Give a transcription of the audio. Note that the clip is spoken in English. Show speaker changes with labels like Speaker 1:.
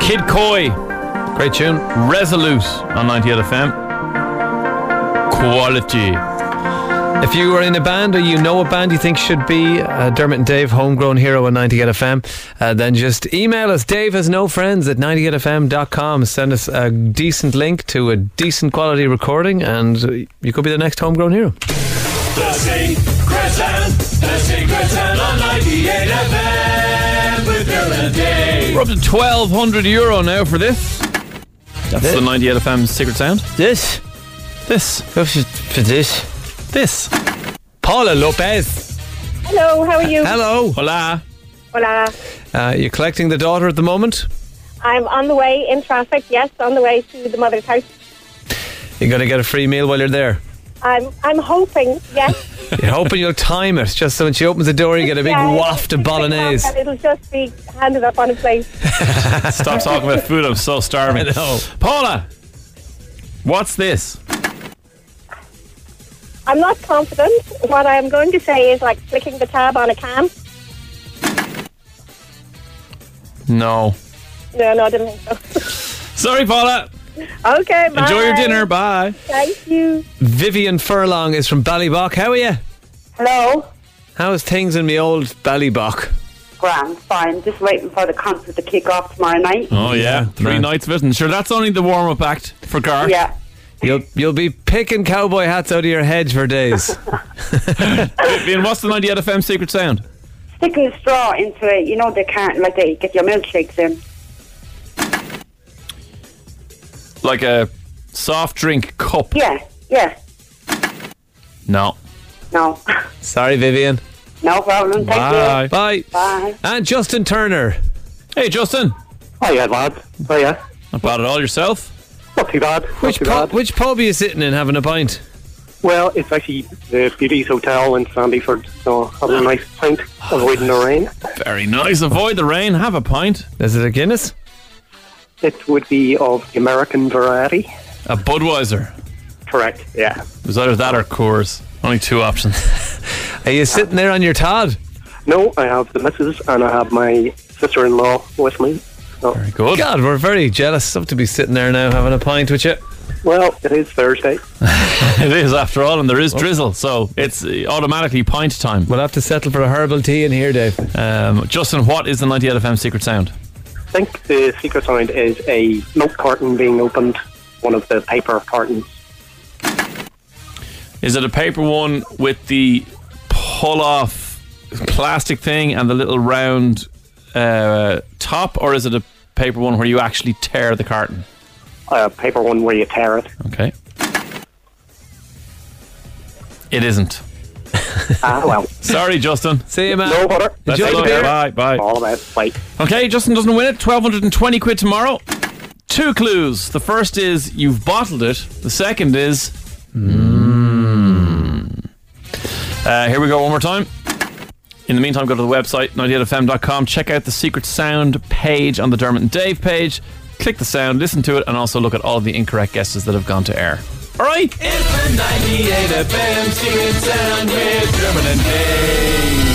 Speaker 1: Kid Koi,
Speaker 2: Great tune.
Speaker 1: Resolute on 98 FM. Quality.
Speaker 2: If you are in a band or you know a band you think should be uh, Dermot and Dave, homegrown hero on 98FM, uh, then just email us. Dave has no friends at 98FM.com. Send us a decent link to a decent quality recording, and uh, you could be the next homegrown hero.
Speaker 3: The Secret Sound, The Secret Sound on 98 FM with Dermot and Dave.
Speaker 1: We're up to 1,200 euro now for this. That's
Speaker 4: it.
Speaker 1: the 98 FM's secret sound.
Speaker 4: This?
Speaker 1: This.
Speaker 4: This is for this.
Speaker 1: Oh, This.
Speaker 2: Paula Lopez.
Speaker 5: Hello, how are you?
Speaker 2: Hello.
Speaker 1: Hola.
Speaker 5: Hola.
Speaker 2: Uh, you're collecting the daughter at the moment.
Speaker 5: I'm on the way in traffic, yes, on the way to the mother's house.
Speaker 2: You're going to get a free meal while you're there.
Speaker 5: I'm I'm hoping, yes.
Speaker 2: You're hoping you'll time it just so when she opens the door, you get a big
Speaker 5: Yeah,
Speaker 2: waft of
Speaker 5: it's like
Speaker 2: bolognese.
Speaker 5: that, It'll just be handed up on a plate.
Speaker 1: Stop talking about food. I'm so starving.
Speaker 2: I know.
Speaker 1: Paula, what's this?
Speaker 5: I'm not confident. What I'm going to say is like flicking the tab on a can.
Speaker 1: No.
Speaker 5: No, no, I didn't think so.
Speaker 1: Sorry, Paula.
Speaker 5: okay, bye.
Speaker 1: Enjoy your dinner. Bye.
Speaker 5: Thank you.
Speaker 2: Vivian Furlong is from Ballybock. How are you?
Speaker 6: Hello.
Speaker 2: How's things in me old Ballybock?
Speaker 6: Grand, fine. Just waiting for the concert to kick off tomorrow night.
Speaker 1: Oh, yeah. Three
Speaker 2: Grand.
Speaker 1: nights of it. And sure, that's only the warm up act for Gar.
Speaker 6: Yeah.
Speaker 2: You'll you'll be picking cowboy hats out of your hedge for days.
Speaker 1: Vivian, what's the 98 FM secret sound?
Speaker 6: Sticking a straw into it, you know they can't like they get your milkshakes in.
Speaker 1: Like a soft drink cup.
Speaker 6: Yeah, yeah.
Speaker 1: No.
Speaker 6: No.
Speaker 2: Sorry, Vivian.
Speaker 6: no problem. Thank
Speaker 1: Bye.
Speaker 6: you.
Speaker 2: Bye.
Speaker 6: Bye.
Speaker 2: And Justin Turner.
Speaker 1: Hey, Justin.
Speaker 7: Hiya, lad. Hiya.
Speaker 1: Not bad at all yourself.
Speaker 7: Not too bad. Not
Speaker 2: Which
Speaker 7: too
Speaker 2: pub,
Speaker 7: bad.
Speaker 2: which pub are you sitting in having a pint?
Speaker 7: Well, it's actually the Beauties Hotel in Sandyford, so
Speaker 2: Ah.
Speaker 7: having a nice pint, avoiding the rain.
Speaker 1: Very nice. Avoid the rain. Have a pint.
Speaker 2: Is it a Guinness?
Speaker 7: It would be of the American variety.
Speaker 1: A Budweiser.
Speaker 7: Correct, yeah.
Speaker 1: It was either that or Coors. Only two options.
Speaker 2: Are you sitting there on your Todd?
Speaker 7: No, I have the missus and I have my sister in law with me. So,
Speaker 1: Very good.
Speaker 2: God, we're very jealous of to be sitting there now having a pint with you.
Speaker 7: well, it is Thursday.
Speaker 1: It is after all, and there is drizzle, so it's uh, automatically pint time.
Speaker 2: Oh. We'll have to settle for a herbal tea in here, Dave.
Speaker 1: Um, Justin, what is the 98 FM secret sound?
Speaker 7: I think the secret sound is a milk carton being opened, one of the paper cartons.
Speaker 1: Is it a paper one with the pull off plastic thing and the little round uh, top, or is it a paper one where you actually tear the carton?
Speaker 7: A uh, paper one where you tear it.
Speaker 1: Okay. It isn't.
Speaker 7: Ah, well.
Speaker 1: Sorry, Justin.
Speaker 2: See you, man.
Speaker 7: No butter.
Speaker 1: That's
Speaker 2: Enjoy
Speaker 1: it.
Speaker 2: the beer.
Speaker 1: Bye, bye.
Speaker 7: All about like
Speaker 1: Okay, Justin doesn't win it. 1220 quid tomorrow. Two clues. The first is you've bottled it. The second is. hmm. Uh, here we go one more time. In the meantime, go to the website, 98fm.com. Check out the Secret Sound page on the Dermot and Dave page. Click the sound, listen to it, and also look at all the incorrect guesses that have gone to air. All right.
Speaker 3: It's the 98 FM Secret Sound with Dermot and Dave.